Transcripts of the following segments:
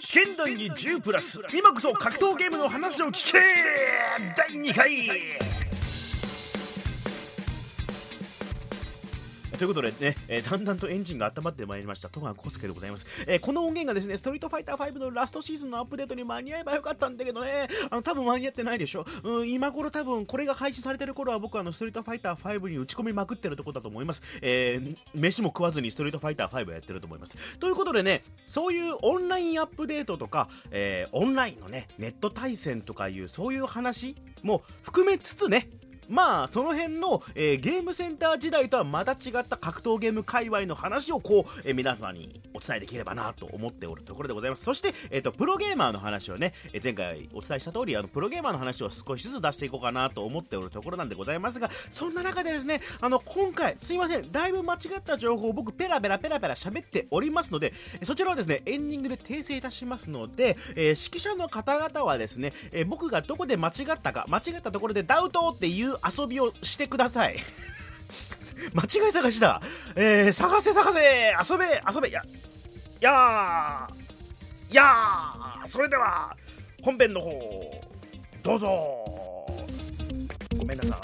試験談義10プラス今こそ格闘ゲームの話を聞け第2回ということでね、えーだんだんとエンジンが温まってまいりました戸川浩介でございます、えーこの音源がですね「ストリートファイター5」のラストシーズンのアップデートに間に合えばよかったんだけどねあの多分間に合ってないでしょ、うん、今頃多分これが配信されてる頃は僕はあのストリートファイター5に打ち込みまくってるとこだと思います、えー飯も食わずにストリートファイター5やってると思いますということでねそういうオンラインアップデートとか、えーオンラインのねネット対戦とかいうそういう話も含めつつねまあその辺の、えーゲームセンター時代とはまた違った格闘ゲーム界隈の話をこう、えー皆様にお伝えできればなと思っておるところでございますそして、えー、とプロゲーマーの話をね、えー前回お伝えした通りあのプロゲーマーの話を少しずつ出していこうかなと思っておるところなんでございますがそんな中でですねあの今回すいませんだいぶ間違った情報を僕ペラペラペラペラ喋っておりますのでえーそちらはですねエンディングで訂正いたしますので、えー指揮者の方々はですね、えー僕がどこで間違ったか間違ったところでダウトっていう遊びをしてください 間違い探しだ、えー探せ探せ遊べ遊べいやいやーいやーそれでは本編の方どうぞごめんなさ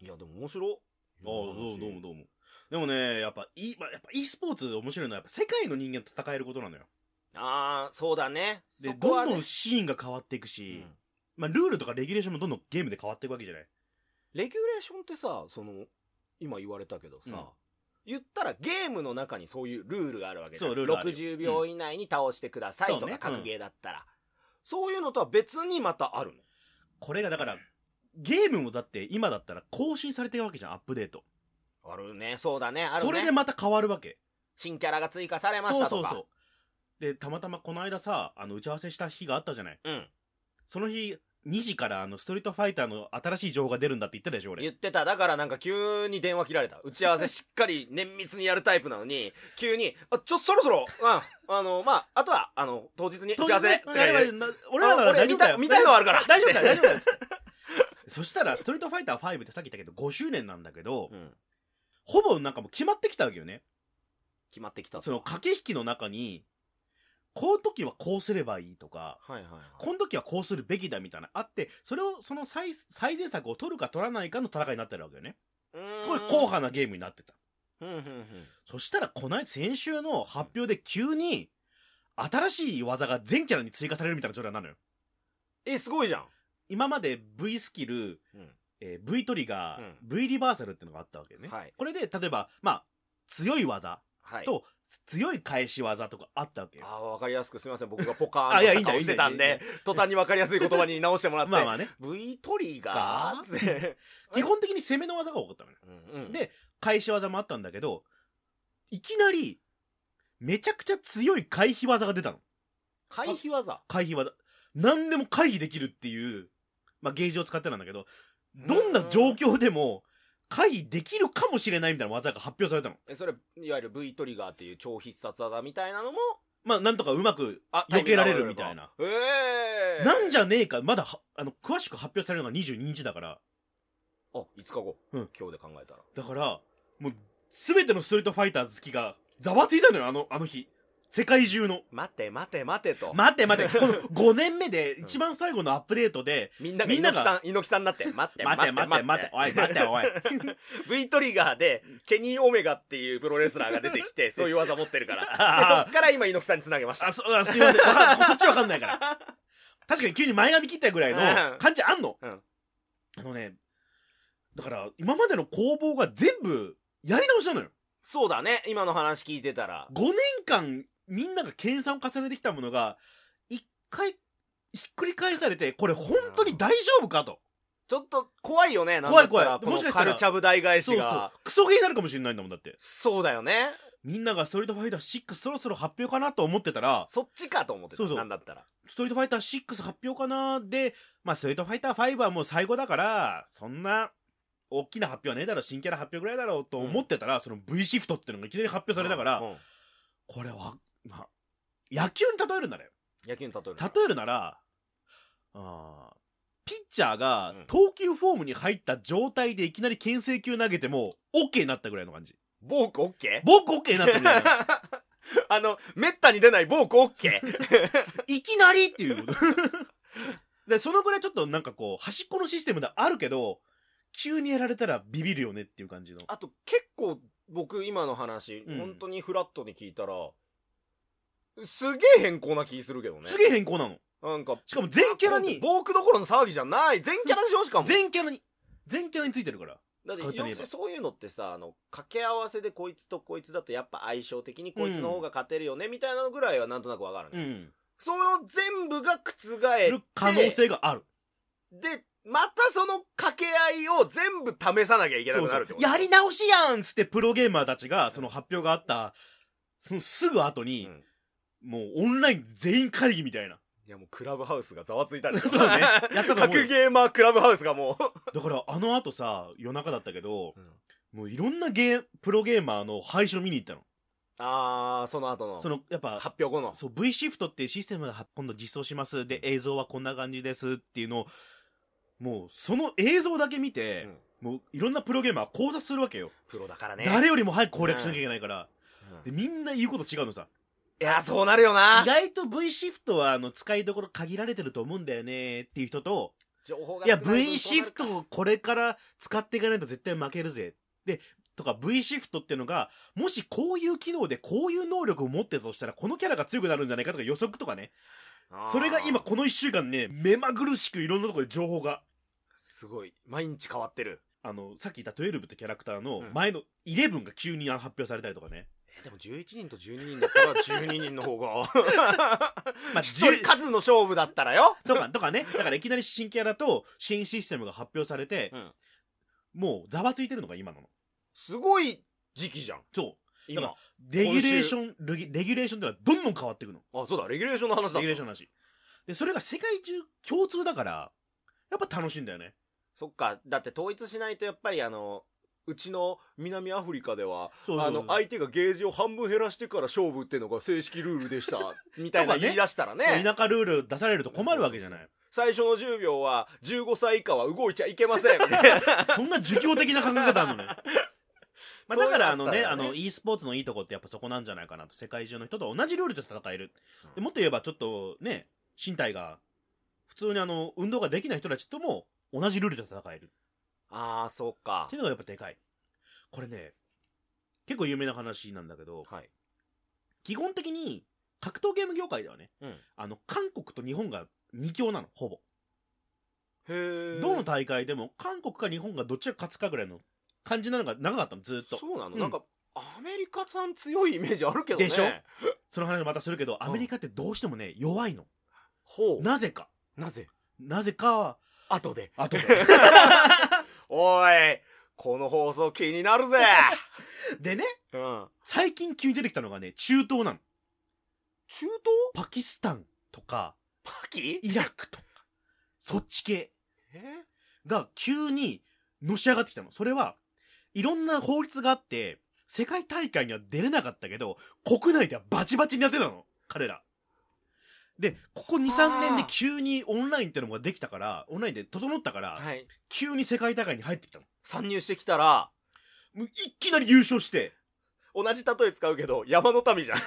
いいやでも面白ああどうどうもどうもでもねやっぱ e, まあやっぱ e スポーツ面白いのはやっぱ世界の人間と戦えることなのよああそうだねで、そこどはんどねんシーンが変わっていくうし、んまあ、ルールとかレギュレーションもどんどんゲームで変わっていくわけじゃないレギュレーションってさその今言われたけどさ、うん言ったらゲームの中にそういうルールがあるわけじゃんそうルールあるよ60秒以内に倒してくださいそとうねか格ゲーだったら、そういうのとは別にまたあるのこれがだからゲームもだって今だったら更新されてるわけじゃんアップデート、あるねそうだねあるねそれでまた変わるわけ新キャラが追加されましそうたそとうかそうでたまたまこの間さあの打ち合わせした日があったじゃないうん、その日2時からあのストリートファイターの新しい情報が出るんだって言ったでしょ言っ俺てただからなんか急に電話切られた打ち合わせしっかり綿密にやるタイプなのに急に「あちょそろそろ、うん、あのまああとはあの当日に打ち合わせ」とか言われてな俺らなら大丈夫だよあ俺見た見たいのあるから大丈夫 だよ大丈夫だよそしたらストリートファイター5ってさっき言ったけど5周年なんだけど、うんほぼなんかもう決まってきたわけよね決まってきたその駆け引きの中に、この時はこうすればいいとか、はいはい、はい、この時はこうするべきだみたいな、あって、それを、その最、最善策を取るか取らないかの戦いになってるわけよね。すごい硬派なゲームになってた。うんうんうんそしたら、この間、先週の発表で急に、新しい技が全キャラに追加されるみたいな状態なのよ。えすごいじゃん今まで V スキル、うんえー V トリガー、うん V リバーサルってのがあったわけよね。はいこれで、例えば、まあ、強い技はいと、強い返し技とかあったわけよ。ああ分かりやすくすみません僕がポカーンあいやいいんとだよしてたんいいんでだ途端に分かりやすい言葉に直してもらっ て、まあまあね。 V トリガーって、基本的に攻めの技が多かったのね。うんうんで返し技もあったんだけど、いきなり、めちゃくちゃ強い回避技が出たの。回避技回避技。何でも回避できるっていう、まあ、ゲージを使ってなんだけど、どんな状況でも、回避できるかもしれないみたいな技が発表されたの。えそれいわゆる V トリガーっていう超必殺技みたいなのもまあ、なんとかうまく、あ避けられるみたいなええー、なんじゃねえか、まだは、あの、詳しく発表されるのが22日だから、あ5日後、うん今日で考えたらだから、もう、すべてのストリートファイター好きが、ざわついたのよ、あの、あの日。世界中の。待て待て待てと、待って待 って、この5年目で、一番最後のアップデートで、みんながみんな猪が木さん猪木さんになって待っ 待てっ待ってて待って待って、おい待っておい。 V トリガーで、ケニー・オメガっていうプロレスラーが出て きて、そういう技持ってるから。であそっから今、猪木さんにつなげました。あ、そあすいません。わかんそっちわかんない から。確かに急に前髪切ったぐらいの感じあんの。うんあのね、だから、今までの攻防が全部やり直したのよ。そうだね、今の話聞いてたら。 5年間、みんなが研鑽を重ねてきたものが、一回、ひっくり返されて、これ本当に大丈夫かと。ちょっと怖いよね、なん怖いだったら怖いもしかこのしたらカルチャブ大返しそうそうが。。クソゲーになるかもしれないんだもん、だって。そうだよね。みんながストリートファイター6そろそろ発表かなと思ってたら、そっちかと思ってた。そうそうなんだったら。ストリートファイター6発表かなで、まあ、ストリートファイター5はもう最後だから、そんな、大きな発表はねえだろ、新キャラ発表ぐらいだろうと思ってたら、その V シフトっていうのがいきなり発表されたから、うんうんこれは、な野球に例えるならよ。野球に例える。例えるなら、あーピッチャーがうん投球フォームに入った状態でいきなり牽制球投げても、OK になったぐらいの感じ。ボークオッケー僕 OK になったぐらいの。あの、めったに出ないボークオッケー。 いきなりっていう でそのぐらいちょっとなんかこう端っこのシステムではあるけど急にやられたらビビるよねっていう感じのあと、結構、僕、今の話、うん本当にフラットに聞いたら、すげえ変更な気するけどね。すげえ変更なのなんか、しかも全キャラにボークどころの騒ぎじゃない全キャラでしょしかも。全キャラに全キャラについてるからだって勝手に言えば要するにそういうのってさあの掛け合わせでこいつとこいつだとやっぱ相性的にこいつの方が勝てるよね、みたいなのぐらいはなんとなくわかるね、んその全部が覆えてる可能性があるでまたその掛け合いを全部試さなきゃいけなそくうなそるっうてことやり直しやんっつってプロゲーマーたちがその発表があったそのすぐ後に、うんもうオンライン全員会議みたいないやもうクラブハウスがざわついたんですそうねやったと思う格よゲーマークラブハウスがもだからあの後さ夜中だったけどう、もういろんなゲープロゲーマーの配信を見に行ったのああその後のそのやっぱ発表後のそう V シフトっていうシステムが今度実装しますで映像はこんな感じですっていうのをもうその映像だけ見て、もういろんなプロゲーマーは考察するわけよ、プロだからね誰よりも早く攻略しなきゃいけないから、うんいでみんな言うこと違うのさやそうなるよな意外と V シフトはあの使いどころ限られてると思うんだよねっていう人と情報がいや少ない分 V シフトをこれから使っていかないと絶対負けるぜでとか V シフトっていうのがもしこういう機能でこういう能力を持ってたとしたらこのキャラが強くなるんじゃないかとか予測とかねそれが今あーこの1週間ね目まぐるしくいろんなところで情報がすごい毎日変わってるあのさっき言った12ってキャラクターのうん前の11が急にあの発表されたりとか ね、でも11人と12人だったら12人の方が まあ、一人10数の勝負だったらよとかとかねだからいきなり新キャラと新システムが発表されて、うんもうざわついてるのが今なのすごい時期じゃんそうだ今かレギュレーションレギレギュレーションってのはどんどん変わっていくのあそうだレギュレーションの話だレギュレーションの話でそれが世界中共通だからやっぱ楽しいんだよねそっかだって統一しないとやっぱりあのうちの南アフリカではそうそうそうあの相手がゲージを半分減らしてから勝負ってのが正式ルールでした みたいなとかね言い出したらね田舎ルール出されると困るわけじゃ ない最初の10秒は15歳以下は動いちゃいけませんみた いなそんな儒教的な考え方あるの ね。まあ、だからあのそういね、うのああったらねの、e スポーツのいいとこってやっぱそこなんじゃないかなと。世界中の人と同じルールで戦える。でもっと言えばちょっとね、身体が、普通にあの、運動ができない人たちとも同じルールで戦える。ああそうかっていうのがやっぱでかい。これね、結構有名な話なんだけど、はい基本的に格闘ゲーム業界ではね、うんあの、韓国と日本が2強なの、ほぼ。へえどの大会でも韓国か日本がどっちが勝つかぐらいの感じなのが長かったの、ずーっと。そうなの、うんなんかアメリカさん強いイメージあるけどねでしょその話またするけど、んアメリカってどうしてもね、弱いの。ほうななぜか。ぜなぜか、後であ とで。おいこの放送気にな るぜでね、うん最近急に出てきたのがね、中東なの。中東パキスタンとか、パキイラクとか、そっち系えが急にのし上がってきたの。それは、いろんな法律があって、世界大会には出れなかったけど、国内ではバチバチにやってたの。彼ら。で、ここ2、3年で急にオンラインってのができたから、オンラインで整ったから、はい急に世界大会に入ってきたの。参入してきたらもういきなり優勝して、同じ例え使うけど山の民じゃん、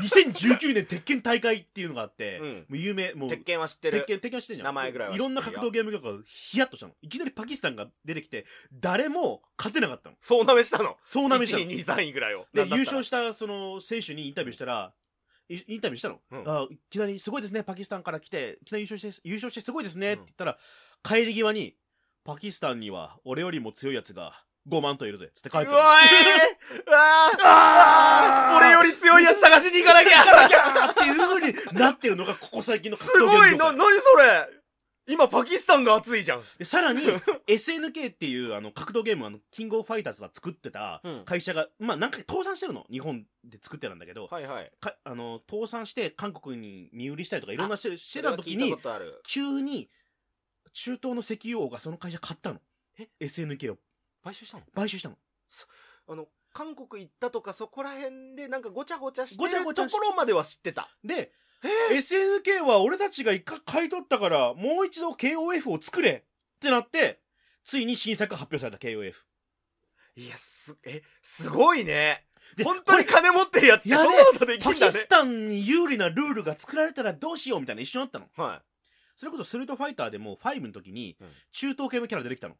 2019年鉄拳大会っていうのがあって、うもん、う有名、もう、鉄拳は知ってる鉄拳、鉄拳してんじゃん。名前ぐらいはいろんな格闘ゲーム業界がヒヤッとしたの。いきなりパキスタンが出てきて、誰も勝てなかったの。そうなめしたのそうなめしたの。 1位2位3位ぐらいをで、優勝しした、その、選手にインタビューしたら、いインタビューしたの、うんあいきなりすごいですね、パキスタンから来て、いきなり優勝して、優勝してすごいですねって言ったら、帰り際に、パキスタンには俺よりも強いやつが5万といるぜ、つって帰ってうたのわえー、うわーあー俺より強いやつ探しに行かなきゃっていう風になってるのがここ最近のす格闘ゲームごい業界な、何それ今パキスタンが熱いじゃん。でさらに SNK っていうあの格闘ゲームあのキングオブファイターズが作ってたうん会社が、まあ何回倒産してるの日本で作ってたんだけど、はいはい。かあの倒産して韓国に身売りしたりとかいろんなしてしてた時聞いにたことある急に中東の石油王がその会社買ったのえ SNK を買収したの買収したのあの、韓国行ったとかそこら辺でなんかごちゃごちゃしてごちゃるごちゃとしころまでは知ってた。で SNK は俺たちが一回買い取ったからもう一度 KOF を作れってなってついに新作が発表された KOF いや、す、え、すごいね。で本当に金持ってるやつってやべそんえなことできパんキだねスタンに有利なルールが作られたらどうしようみたいな一緒になったのはそれこそストリートファイターでも5の時にうん中東系のキャラ出てきたの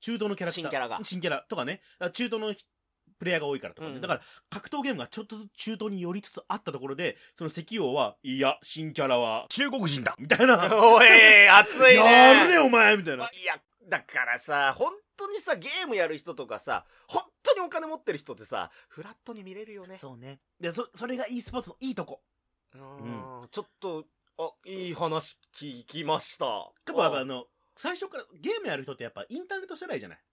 中東のキャラクター新キャラが新キャラとかねだから中東のひプレイヤーが多いからとかね、うんだから格闘ゲームがちょっとずつ中東に寄りつつあったところでその石王はいや新キャラは中国人だみたい いなおい熱いねやるねお前みたいないやだからさ本当にさゲームやる人とかさ本当にお金持ってる人ってさフラットに見れるよねそうねでそそれが e スポーツのいいとこうーんちょっとあいい話聞きました多分あの最初からゲームやる人ってやっぱインターネット世代じゃない、うん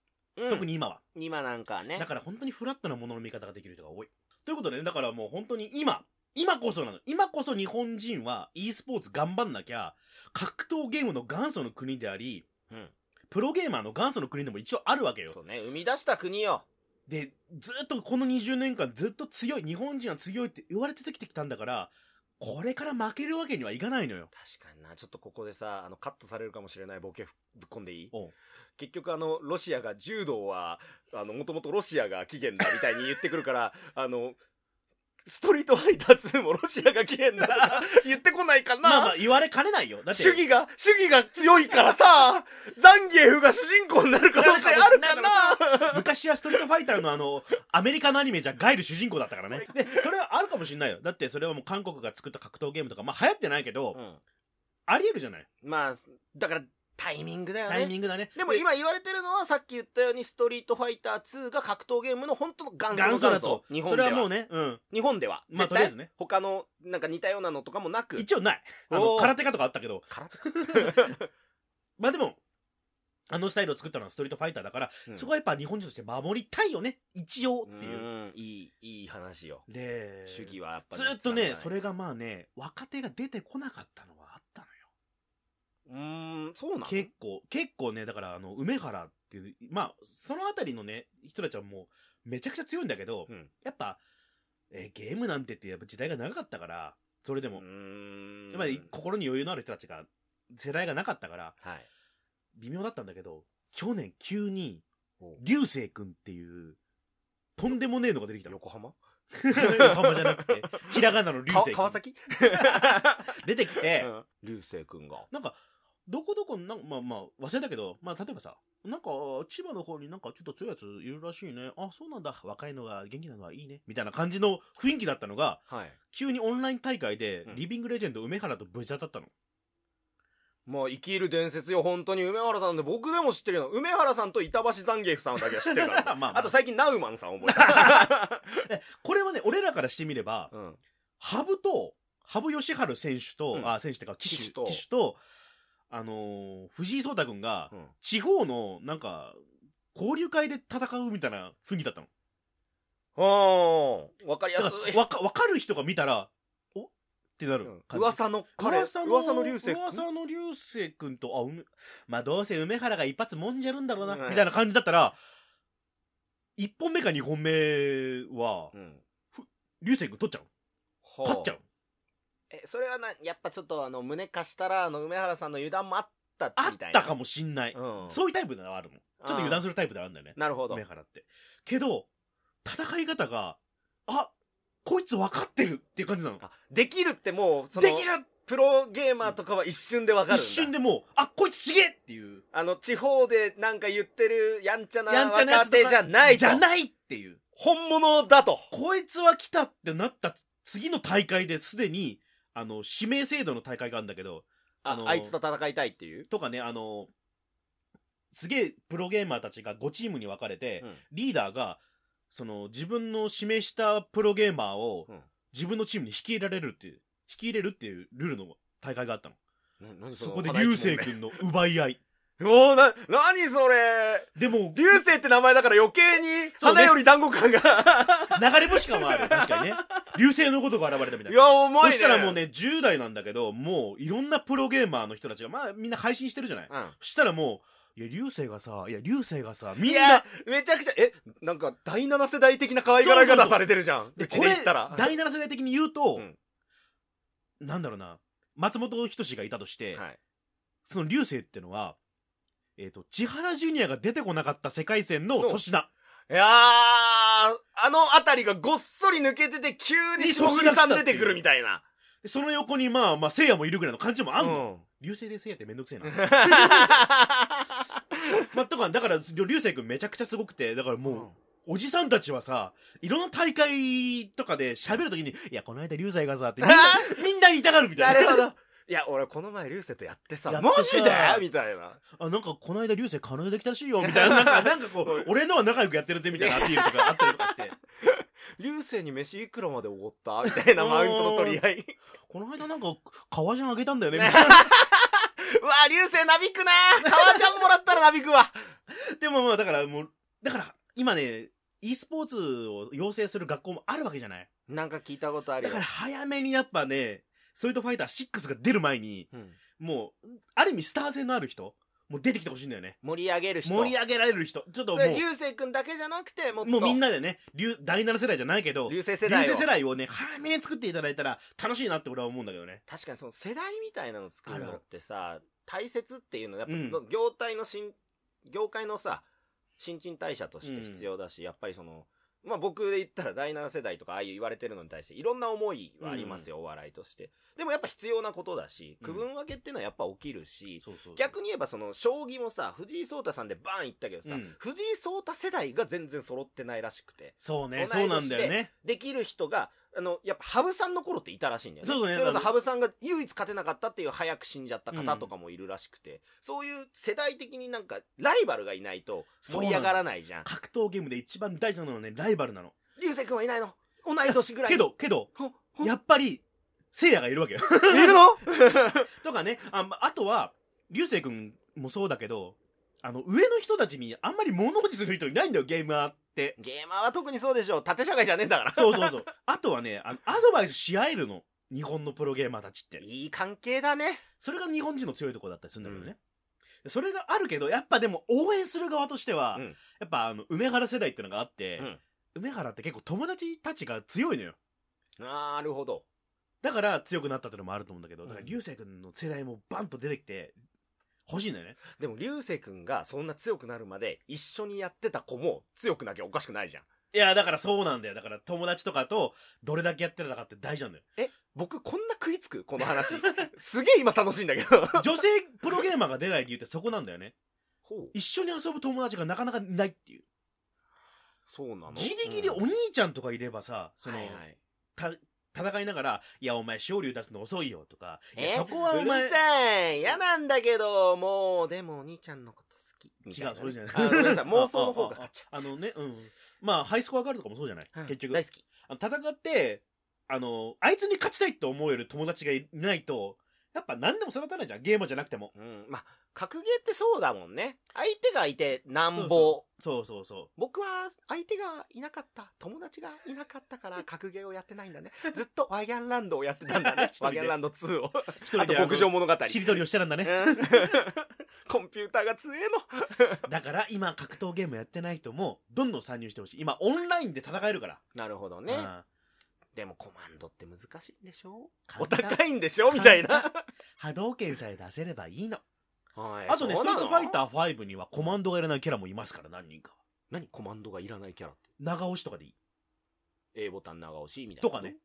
特に今は今なんかねだから本当にフラットなものの見方ができる人が多い。ということでね、だからもう本当に今、今こそなの。今こそ日本人は e スポーツ頑張んなきゃ、格闘ゲームの元祖の国であり、うんプロゲーマーの元祖の国でも一応あるわけよそ。うね生み出した国よで、ずっとこの20年間ずっと強い、日本人は強いって言われ続けてきたんだから、これから負けるわけにはいかないのよ。確かになちょっとここでさあのカットされるかもしれないボケふぶっ込んでいいおう結局あのロシアが柔道はあのもともとロシアが起源だみたいに言ってくるから あのストリートファイター2もロシアが起源だ とか言ってこないかな、まあまあ言われかねないよ。だって。主義が、主義が強いからさ、ザンギエフが主人公になる可能性あるかな昔はストリートファイターのあの、アメリカのアニメじゃガイル主人公だったからね。で、それはあるかもしんないよ。だってそれはもう韓国が作った格闘ゲームとか、まあ流行ってないけど、ありえるじゃないうんまあ、だからタイミングだよね。タイミングだね。でも今言われてるのはさっき言ったようにストリートファイター2が格闘ゲームの本当の元祖の元祖だと。日そ本れでははもうね、うん。日本では。まあ絶対とりあえずね他のなんか似たようなのとかもなく。一応ない。あおの、ー空手家とかあったけど、からまあでも、あのスタイルを作ったのはストリートファイターだから、うんそこはやっぱ日本人として守りたいよね。一応っていう。うんいい、いい話よ。で、主義はやっぱずっとね、それ。れがまあね、若手が出てこなかったのはあったのよ。うーん、そうなの結構、結構ね、だから、あの、梅原っていう、まあ、そのあたりのね、人たちはもう、めちゃくちゃ強いんだけど、うんやっぱ、えーゲームなんてって、やっぱ時代が長かったから、それでも、うーん。やっぱり心に余裕のある人たちが、世代がなかったから、はい。微妙だったんだけど、去年急に、お流星くんっていう、とんでもねえのが出てきたの。横浜横 浜じゃなくて、ひらがなの流か星くん。川 崎出てきて、うん流星くんが。なんか、どこどこなんまあまあ、忘れたけど、まあ、例えばさ、なんか、千葉の方になんかちょっと強いやついるらしいね。あ、そうなんだ。若いのが元気なのはいいね。みたいな感じの雰囲気だったのが、はい。急にオンライン大会でう、んリビングレジェンド梅原とぶち当た ったの。まあ、生きる伝説よ、本当に梅原さんで、僕でも知ってるよ。梅原さんと板橋ザンゲーフさんだけは知ってるから。まあ まあ あと最近、ナウマンさん覚え た。これはね、俺らからしてみれば、うん。ハブと、ハブ吉春選手と、うんあ、選手ってか、騎騎手、手と騎手と、あのー藤井聡太くんがう、ん地方の、なんか、交流会で戦うみたいな雰囲気だったの。あー。わかりやすだか。いらわか、わかる人が見たら、おってなるうん感じ。噂の彼、噂噂のの流星くん。噂の流星君と、あ、梅、まあどうせ梅原が一発もんじゃるんだろうな、うんみたいな感じだったら、一本目か二本目はう、ん。流星君取っちゃうほう勝っちゃうえ、それはな、やっぱちょっとあの、胸貸したら、あの、梅原さんの油断もあったみあたっいな。たかもしんない。うん。そういうタイプではあるもん。ちょっと油断するタイプではあるんだよね。なるほど梅。原って。けど、戦い方が、あ、こいつ分かってるっていう感じなの。あできるってもう、そのできるプロゲーマーとかは一瞬でわかるんだ。一瞬でもう、あ、こいつちげえっていう。あの、地方でなんか言ってるやんちゃなやんちゃなやつ若とか手じゃないと。じゃないっていう。本物だと。こいつは来たってなった次の大会ですでに、あの、指名制度の大会があるんだけど、ああのーあいつと戦いたいっていう。とかね、あの、すげえプロゲーマーたちが5チームに分かれて、うんリーダーが、その、自分の指名したプロゲーマーをうん、自分のチームに引き入れられるっていう、引き入れるっていうルールの大会があったの。そこで流星くんの奪い合い。おーな、なにそれでも、流星って名前だから余計に、そうね花より団子感が。。流れ星感はある。確かにね。流星のことが現れたみたいないや、重いそね。したらもう。ね、10代なんだけど、もういろんなプロゲーマーの人たちが、まあみんな配信してるじゃない。うん。そしたらもう、いや、流星がさ、いや、流星がさ、みいんなや、、めちゃくちゃ、え、なんか、第七世代的な可愛がられそうそう方そうされてるじゃん。でうちで言ったら。第7世代的に言うと、うんなんだろうな、松本人志がいたとして、はい。その流星ってのは、えっ、と、千原ジュニアが出てこなかった世界線の粗品。いやー、あのあたりがごっそり抜けてて、急に霜降りさん出てくるみたいな。でその横にまあまあ聖夜もいるぐらいの感じもあんの、うん流星で聖夜ってめんどくせえ なまあとかだから流星君めちゃくちゃすごくてだからもう、おじさんたちはさ、いろんな大会とかで喋るときに、いや、この間、流星がさ、ってみん な、みんな言いたがるみた ないな。るほど。いや、俺この前流星とやってさ、やってマさジでみたいな。 あ、なんか、この間、流星彼女できたらしいよ、みたいな。なん か、なんかこう、俺のは仲良くやってるぜ、みたいなアピールとかあったりとかして。 流星に飯いくらまでおごったみたいなマウントの取り合い。この間、なんか、革ジャンあげたんだよね、みたいな。 うわ、流星なびくな革ジャンもらったらなびくわ。でもまあ、だからもう、だから、今ね、e スポーツを養成する学校もあるわけじゃない。なんか聞いたことあだから、早めにやっぱね、ストリートファイター6が出る前に、うんもう、ある意味、スター性のある人、もう出てきてほしいんだよね。盛り上げる人。盛り上げられる人。ちょっともそうれ、流星くんだけじゃなくて、もっと。もうみんなでね、流第7世代じゃないけど、流流星世代を。星世代をね、早めに作っていただいたら楽しいなって俺は思うんだけどね。確かにその世代みたいなの作るのあるってさ大切っていうのはやっぱ、うん業態の新業界のさ新陳代謝として必要だし、やっぱりそのまあ僕で言ったら第7世代とかああいう言われてるのに対していろんな思いはありますよ、お笑いとしてでもやっぱ必要なことだしうん区分分けっていうのはやっぱ起きるし、そうそう逆に言えばその将棋もさ藤井聡太さんでバーンいったけどさ、うん藤井聡太世代が全然揃ってないらしくてそうね、同そいう年なんだよね。できる人が、あの、やっぱ、羽生さんの頃っていたらしいんだよね。そうそうねれこあの羽生さんが唯一勝てなかったっていう早く死んじゃった方とかもいるらしくて、そういう世代的になんか、ライバルがいないと盛り上がらないじゃん。格闘ゲームで一番大事なのはね、ライバルなの。流星くんはいないの同い年ぐらい。け、ど、けど、ほ、ほ、やっぱり、聖夜がいるわけよ。 いるのとかね、あまあとは、流星君もそうだけど、あの、上の人たちにあんまり物落ちする人いないんだよ、ゲームはって。ゲーマーは特にそうでしょう。縦社会じゃねえんだから。そうそう そう。あとはね、あのアドバイスし合えるの。日本のプロゲーマーたちって。いい関係だね。それが日本人の強いところだったりするんだけどね。それがあるけど、やっぱでも応援する側としては、うんやっぱあの、梅原世代ってのがあって、うん梅原って結構友達たちが強いのよ。なるほど。だから強くなったってのもあると思うんだけど、だかうらん流星君の世代もバンと出てきて、欲しいんだよね。でも、流星くんがそんな強くなるまで、一緒にやってた子も強くなきゃおかしくないじゃん。いや、だからそうなんだよ。だから友達とかとどれだけやってたかって大事なんだ よ。僕、こんな食いつくこの話。すげえ今楽しいんだけど。女性プロゲーマーが出ない理由ってそこなんだよね。ほう。一緒に遊ぶ友達がなかなかいないっていう。そうなのギリギリお兄ちゃんとかいればさ、その、はいはいた戦いながら「いやお前勝利出すの遅いよ」とか「いえやそこはおうる前さい嫌なんだけどもうでもお兄ちゃんのこと好きみたい違うそれじゃないあごめ んなさい妄想の方が勝っちゃっあのねうんまあハイスコアガールとかもそうじゃない、たうん結局大好きあの戦ってあのあいつに勝ちたいって思える友達がいないとやっぱ何でも育たないじゃんゲームじゃなくてもうんまあ格ゲーってそうだもんね相手がいてなんそうぼそうそうそ僕は相手がいなかった友達がいなかった から格ゲーをやってないんだねずっとワギャンランドをやってたんだね 一人でワギャンランド2をう一人あとであの牧場物語しりとりをしてたんだ ね うんコンピューターが強えのだから今格闘ゲームやってない人もどんどん参入してほしい今オンラインで戦えるからなるほどねうんでもコマンドって難しいんでしょお簡単高いんでしょみたいな波動拳さえ出せればいいのはいあとね「スそうトリーなトのファイター5」にはコマンドがいらないキャラもいますから何人か何コマンドがいらないキャラって長押しとかでいい A ボタン長押しみたいなとかね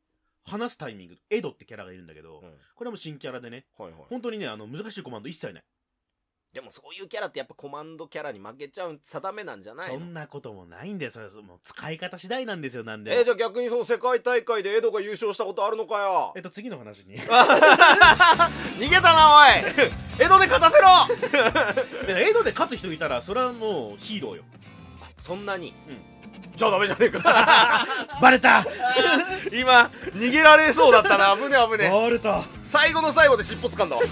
話すタイミングエドってキャラがいるんだけど、うんこれも新キャラでねはいはい本当にねあの難しいコマンド一切ないでもそういうキャラってやっぱコマンドキャラに負けちゃう定めなんじゃないそのんなこともないんですよもう使い方次第なんですよなんでもえーじゃあ逆にその世界大会でエドが優勝したことあるのかよえっと次の話に 逃げたな おいエドで勝たせろエドで勝つ人いたらそれはもうヒーローよそんなに、うじゃあダメじゃねえか バレた今逃げられそうだったな危ね危ねバレた最後の最後で尻尾掴んだわ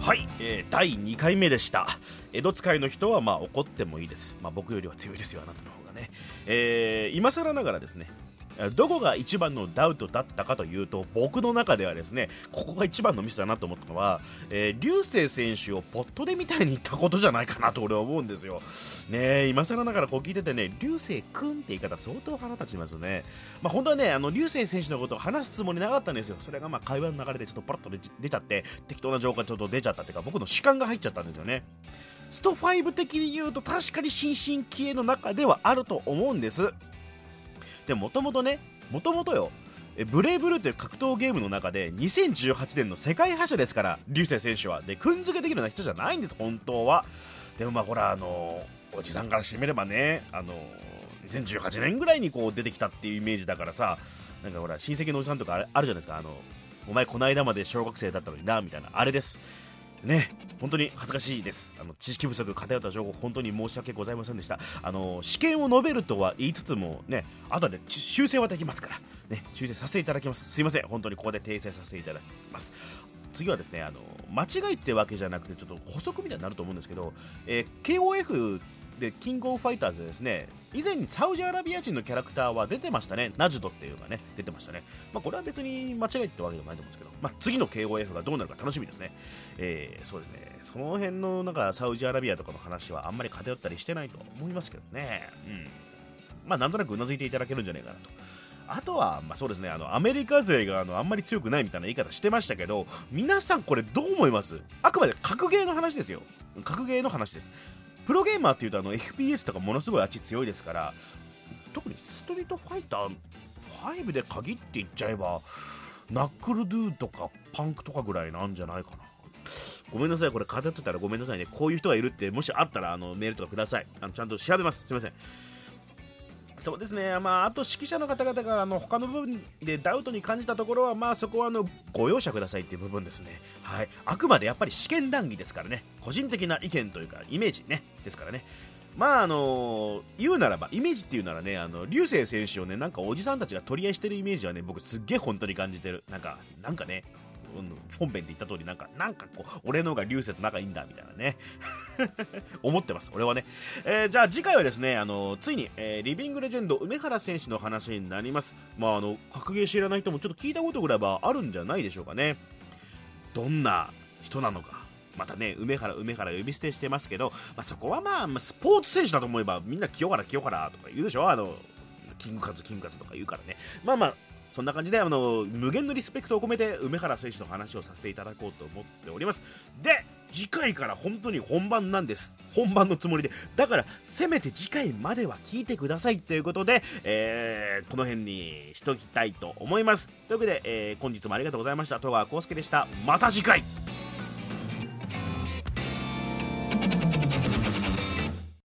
はい、えー第2回目でした江戸使いの人はまあ怒ってもいいです、まあ、僕よりは強いですよあなたの方がね、えー今更ながらですねどこが一番のダウトだったかというと僕の中ではですねここが一番のミスだなと思ったのは、えー、流星選手をポットでみたいに言ったことじゃないかなと俺は思うんですよねえ今更ながらこう聞いててね流星くんって言い方相当腹立ちますよねまあ本当はねあの流星選手のことを話すつもりなかったんですよそれがまあ会話の流れでちょっとパラッと出ち出ちゃって適当な情報がちょっと出ちゃったっていうか僕の主観が入っちゃったんですよねスト5的に言うと確かに新進気鋭の中ではあると思うんですでもともとねもともとよえブレイブルーという格闘ゲームの中で2018年の世界覇者ですから流星選手はでくんづけできるような人じゃないんです本当はでもまあほらあのおじさんからしてみればねあの2018年ぐらいにこう出てきたっていうイメージだからさなんかほら親戚のおじさんとかあれあるじゃないですかあのお前この間まで小学生だったのになみたいなあれですね本当に恥ずかしいですあの知識不足偏った情報本当に申し訳ございませんでしたあの試験を述べるとは言いつつもね後でち修正はできますからね修正させていただきますすいません本当にここで訂正させていただきます次はですねあの間違いってわけじゃなくてちょっと補足みたいになると思うんですけど、えー KOF でキングオブファイターズでですね以前にサウジアラビア人のキャラクターは出てましたねナジュドっていうのがね出てましたね、まあ、これは別に間違いってわけでもないと思うんですけど、まあ、次の KOF がどうなるか楽しみですねえーそうですねその辺のなんかサウジアラビアとかの話はあんまり偏ったりしてないと思いますけどねうんまあなんとなくうなずいていただけるんじゃないかなとあとは、まあ、そうですねあのアメリカ勢があのあんまり強くないみたいな言い方してましたけど皆さんこれどう思いますあくまで格ゲーの話ですよ格ゲーの話ですプロゲーマーっていうとあの FPS とかものすごいあっち強いですから特にストリートファイター5で限って言っちゃえばナックルドゥとかパンクとかぐらいなんじゃないかなごめんなさいこれ偏ってたらごめんなさいねこういう人がいるってもしあったらあのメールとかくださいあのちゃんと調べますすいませんそうですね、まあ、あと指揮者の方々があの他の部分でダウトに感じたところは、まあ、そこはあのご容赦くださいっていう部分ですね、はい、あくまでやっぱり試験談義ですからね個人的な意見というかイメージねですからねまああの言うならばイメージっていうならねあの流星選手をねなんかおじさんたちが取り合いしてるイメージはね僕すっげえ本当に感じてるなんかなんかねうん本編で言った通りなんかなんかこう俺の方が流星と仲いいんだみたいなね 思ってます俺はねえーじゃあ次回はですねあのついに、えーリビングレジェンド梅原選手の話になりますまああの格ゲー知らない人もちょっと聞いたことぐらいはあるんじゃないでしょうかねどんな人なのかまたね梅原梅原呼び捨てしてますけど、まあ、そこはまあまあスポーツ選手だと思えばみんな清原清原とか言うでしょあのキングカズキングカズとか言うからねまあまあそんな感じであの無限のリスペクトを込めて梅原選手の話をさせていただこうと思っておりますで次回から本当に本番なんです本番のつもりでだからせめて次回までは聞いてくださいということで、えーこの辺にしときたいと思いますというわけで、えー本日もありがとうございました戸川浩介でしたまた次回